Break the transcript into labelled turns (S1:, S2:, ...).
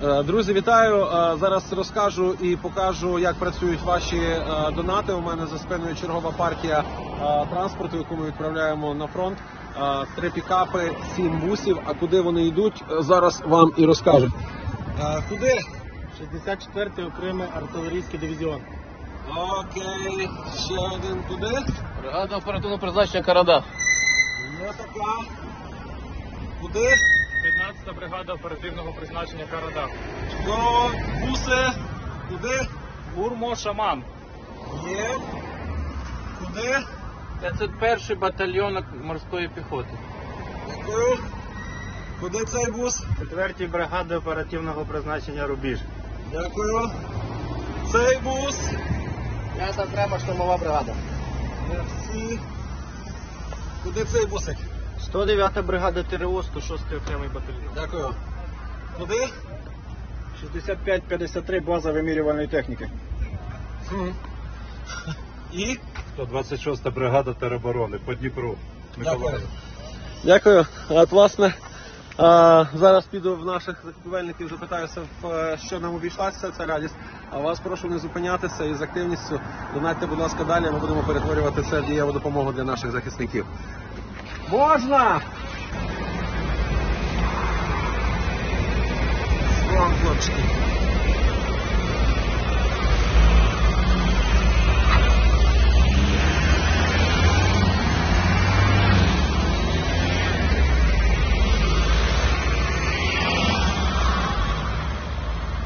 S1: Е, Друзі, вітаю! Е, Зараз розкажу і покажу, як працюють ваші е, донати. У мене за спиною чергова партія е, транспорту, яку ми відправляємо на фронт. Е, Три пікапи, сім бусів. А куди вони йдуть, е, зараз вам і розкажу.
S2: Е,
S1: Куди?
S2: 64-й окремий артилерійський дивізіон.
S1: Окей, ще один куди?
S2: Бригада оперативного призначення Карада.
S1: Не така. Куди?
S2: 15-та бригада оперативного призначення Карада.
S1: До буси. Куди?
S2: Урмо Шаман.
S1: Є. Куди?
S2: 51-й батальйон морської піхоти.
S1: Дякую. Куди цей бус?
S2: 4-й бригади оперативного призначення Рубіж.
S1: Дякую. Цей бус.
S2: 5-та окрема штурмова бригада.
S1: Мерсі. Куди цей бусик?
S2: 109-та бригада ТРО, 106-й окремий батальйон.
S1: Дякую. Куди?
S2: 65-53 база вимірювальної техніки.
S1: І?
S3: 126-та бригада тероборони по Дніпру. Миколаїв.
S1: Дякую. От, власне, а, зараз піду в наших закупівельників, запитаюся, в, е, що нам обійшла вся ця радість. А вас прошу не зупинятися і з активністю донатьте, будь ласка, далі. Ми будемо перетворювати це в дієву допомогу для наших захисників. Можна! Вам, хлопчики.